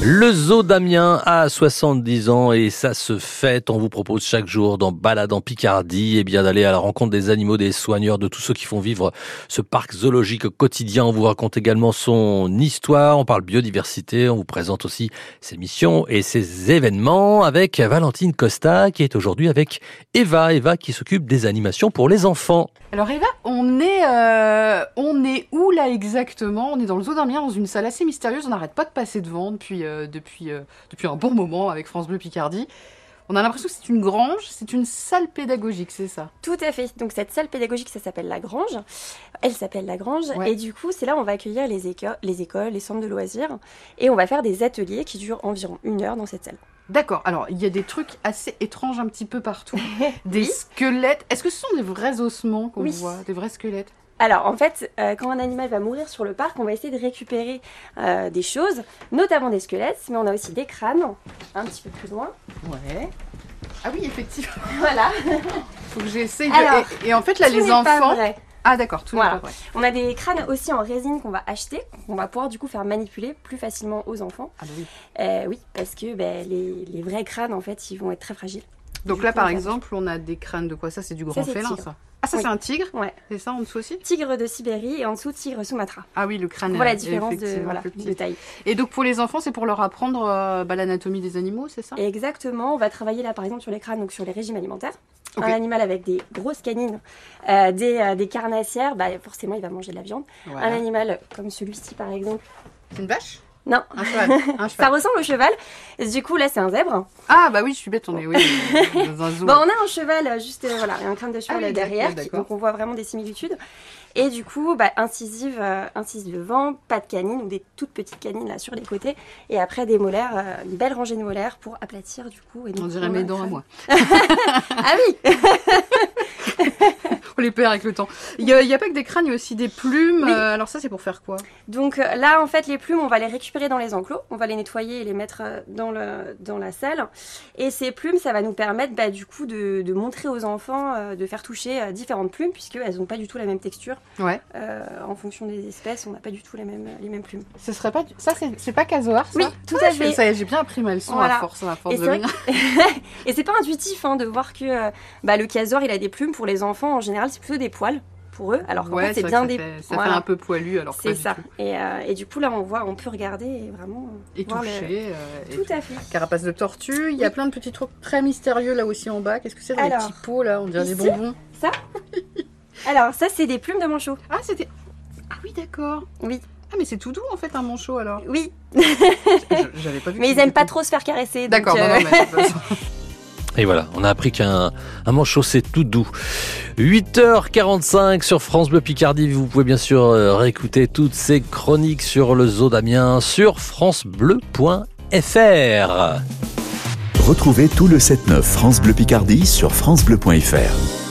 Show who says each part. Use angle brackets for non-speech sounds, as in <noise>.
Speaker 1: Le zoo d'Amiens a 70 ans et ça se fête. On vous propose chaque jour dans Balade en Picardie, et bien d'aller à la rencontre des animaux, des soigneurs, de tous ceux qui font vivre ce parc zoologique quotidien. On vous raconte également son histoire. On parle biodiversité. On vous présente aussi ses missions et ses événements avec Valentine Costa qui est aujourd'hui avec Eva. Eva qui s'occupe des animations pour les enfants.
Speaker 2: Alors Eva, on est, euh, on est où là exactement On est dans le zoo d'Amiens, dans une salle assez mystérieuse. On n'arrête pas de passer devant depuis, euh, depuis, euh, depuis un bon moment avec France Bleu Picardie. On a l'impression que c'est une grange, c'est une salle pédagogique, c'est ça
Speaker 3: Tout à fait. Donc cette salle pédagogique, ça s'appelle la grange. Elle s'appelle la grange.
Speaker 2: Ouais.
Speaker 3: Et du coup, c'est là où on va accueillir les, éco- les écoles, les centres de loisirs. Et on va faire des ateliers qui durent environ une heure dans cette salle.
Speaker 2: D'accord. Alors, il y a des trucs assez étranges un petit peu
Speaker 3: <laughs>
Speaker 2: partout. Des
Speaker 3: Oui.
Speaker 2: squelettes. Est-ce que ce sont des vrais ossements qu'on
Speaker 3: Oui.
Speaker 2: voit Des vrais squelettes
Speaker 3: Alors en fait, euh, quand un animal va mourir sur le parc, on va essayer de récupérer euh, des choses, notamment des squelettes, mais on a aussi des crânes, un petit peu plus loin. <laughs>
Speaker 2: Ouais. Ah oui, effectivement. <laughs>
Speaker 3: Voilà.
Speaker 2: Faut que j'essaye. de-
Speaker 3: Alors,
Speaker 2: et, et en fait, Ah, là,
Speaker 3: Tout
Speaker 2: les
Speaker 3: n'est pas
Speaker 2: enfants.
Speaker 3: vrai.
Speaker 2: Ah d'accord, tout
Speaker 3: Voilà.
Speaker 2: n'est pas vrai.
Speaker 3: On a des crânes aussi en résine qu'on va acheter, qu'on va pouvoir du coup faire manipuler plus facilement aux enfants.
Speaker 2: Ah bah oui.
Speaker 3: Euh, oui, parce que ben, les, les vrais crânes, en fait, ils vont être très fragiles.
Speaker 2: Donc
Speaker 3: Du
Speaker 2: là,
Speaker 3: coup,
Speaker 2: par
Speaker 3: on va-
Speaker 2: exemple, on a des crânes de quoi Ça, c'est du grand
Speaker 3: c'est
Speaker 2: félin,
Speaker 3: tigre.
Speaker 2: ça. Ah, ça,
Speaker 3: Oui.
Speaker 2: c'est un tigre
Speaker 3: Ouais.
Speaker 2: C'est ça en dessous aussi
Speaker 3: Tigre de Sibérie et en dessous tigre Sumatra.
Speaker 2: Ah oui, le crâne.
Speaker 3: voilà
Speaker 2: est
Speaker 3: la différence de,
Speaker 2: effectivement
Speaker 3: voilà,
Speaker 2: plus petit.
Speaker 3: de taille.
Speaker 2: Et donc, pour les enfants, c'est pour leur apprendre euh, bah, l'anatomie des animaux, c'est ça
Speaker 3: Et exactement, on va travailler là par exemple sur les crânes, donc sur les régimes alimentaires.
Speaker 2: Ok.
Speaker 3: Un animal avec des grosses canines, euh, des, euh, des carnassières, bah, forcément il va manger de la viande. Un
Speaker 2: Voilà.
Speaker 3: animal comme celui-ci par exemple,
Speaker 2: C'est une vache
Speaker 3: non, <laughs>
Speaker 2: Un cheval. Un
Speaker 3: ça
Speaker 2: cheval.
Speaker 3: ressemble au cheval. Du coup là c'est un zèbre.
Speaker 2: Ah bah oui, je suis bête, on est oui, dans un zoo.
Speaker 3: Bon, on a un cheval, euh, juste euh, voilà, un crâne de cheval
Speaker 2: Ah oui,
Speaker 3: euh, derrière,
Speaker 2: d'accord,
Speaker 3: qui-
Speaker 2: d'accord.
Speaker 3: donc on voit vraiment des similitudes. Et du coup, bah, incisive, euh, incisive devant, pas de canine ou des toutes petites canines là sur les côtés, et après des molaires, euh, une belle rangée de molaires pour aplatir du coup. Et donc,
Speaker 2: On dirait
Speaker 3: a
Speaker 2: mes
Speaker 3: un
Speaker 2: dents à
Speaker 3: crâne.
Speaker 2: moi.
Speaker 3: Ah oui,
Speaker 2: On les perd avec le temps. Il n'y a, il y a pas que des crânes, il y a aussi des plumes.
Speaker 3: Oui.
Speaker 2: Euh, alors ça, c'est pour faire quoi
Speaker 3: donc euh, là en fait les plumes, on va les récupérer dans les enclos, on va les nettoyer et les mettre euh, dans le dans la salle. Et ces plumes, ça va nous permettre bah, du coup de, de montrer aux enfants, euh, de faire toucher euh, différentes plumes puisque elles n'ont pas du tout la même texture.
Speaker 2: Ouais.
Speaker 3: Euh, en fonction des espèces, on n'a pas du tout les mêmes les mêmes plumes.
Speaker 2: Ce serait pas... Ça, c'est pas casoar,
Speaker 3: Oui, tout à fait.
Speaker 2: Ça y est, j'ai bien appris ma leçon à
Speaker 3: Voilà.
Speaker 2: force, à force
Speaker 3: Et
Speaker 2: de
Speaker 3: c'est vrai
Speaker 2: venir.
Speaker 3: Et c'est pas intuitif hein, de voir que euh, bah, le casoir il a des plumes. Pour les enfants en général, c'est plutôt des poils pour eux. Alors qu'en
Speaker 2: Ouais,
Speaker 3: fait,
Speaker 2: c'est
Speaker 3: c'est
Speaker 2: vrai
Speaker 3: bien
Speaker 2: que
Speaker 3: des.
Speaker 2: ça fait, ça
Speaker 3: voilà.
Speaker 2: fait un peu poilu, alors que pas
Speaker 3: C'est
Speaker 2: du
Speaker 3: ça.
Speaker 2: tout.
Speaker 3: Et, euh, et du coup là, on voit, on peut regarder et vraiment. euh,
Speaker 2: Et
Speaker 3: voir le-
Speaker 2: touché. euh, et
Speaker 3: Tout à fait.
Speaker 2: Carapace de tortue, il y a plein de petits trucs très mystérieux là aussi en bas. Qu'est-ce que c'est dans
Speaker 3: Alors,
Speaker 2: les petits pots là On dirait des
Speaker 3: ici
Speaker 2: bonbons.
Speaker 3: Alors ça, c'est des plumes de manchot.
Speaker 2: Ah, c'était. Ah oui, d'accord.
Speaker 3: Oui,
Speaker 2: Ah, mais c'est tout doux en fait, un manchot alors.
Speaker 3: oui.
Speaker 2: Je- J'avais pas vu.
Speaker 3: Mais
Speaker 2: que
Speaker 3: ils aiment
Speaker 2: c'était
Speaker 3: pas
Speaker 2: tout-
Speaker 3: trop se faire caresser. donc,
Speaker 2: D'accord, bah,
Speaker 3: euh,
Speaker 2: non, non, <laughs> mais de toute façon-
Speaker 1: Et voilà, on a appris qu'un un manchot c'est tout doux. 8h45 sur France Bleu Picardie. Vous pouvez bien sûr euh, réécouter toutes ces chroniques sur le zoo d'Amiens sur francebleu.fr.
Speaker 4: Retrouvez tout le 7-9 France Bleu Picardie sur francebleu.fr.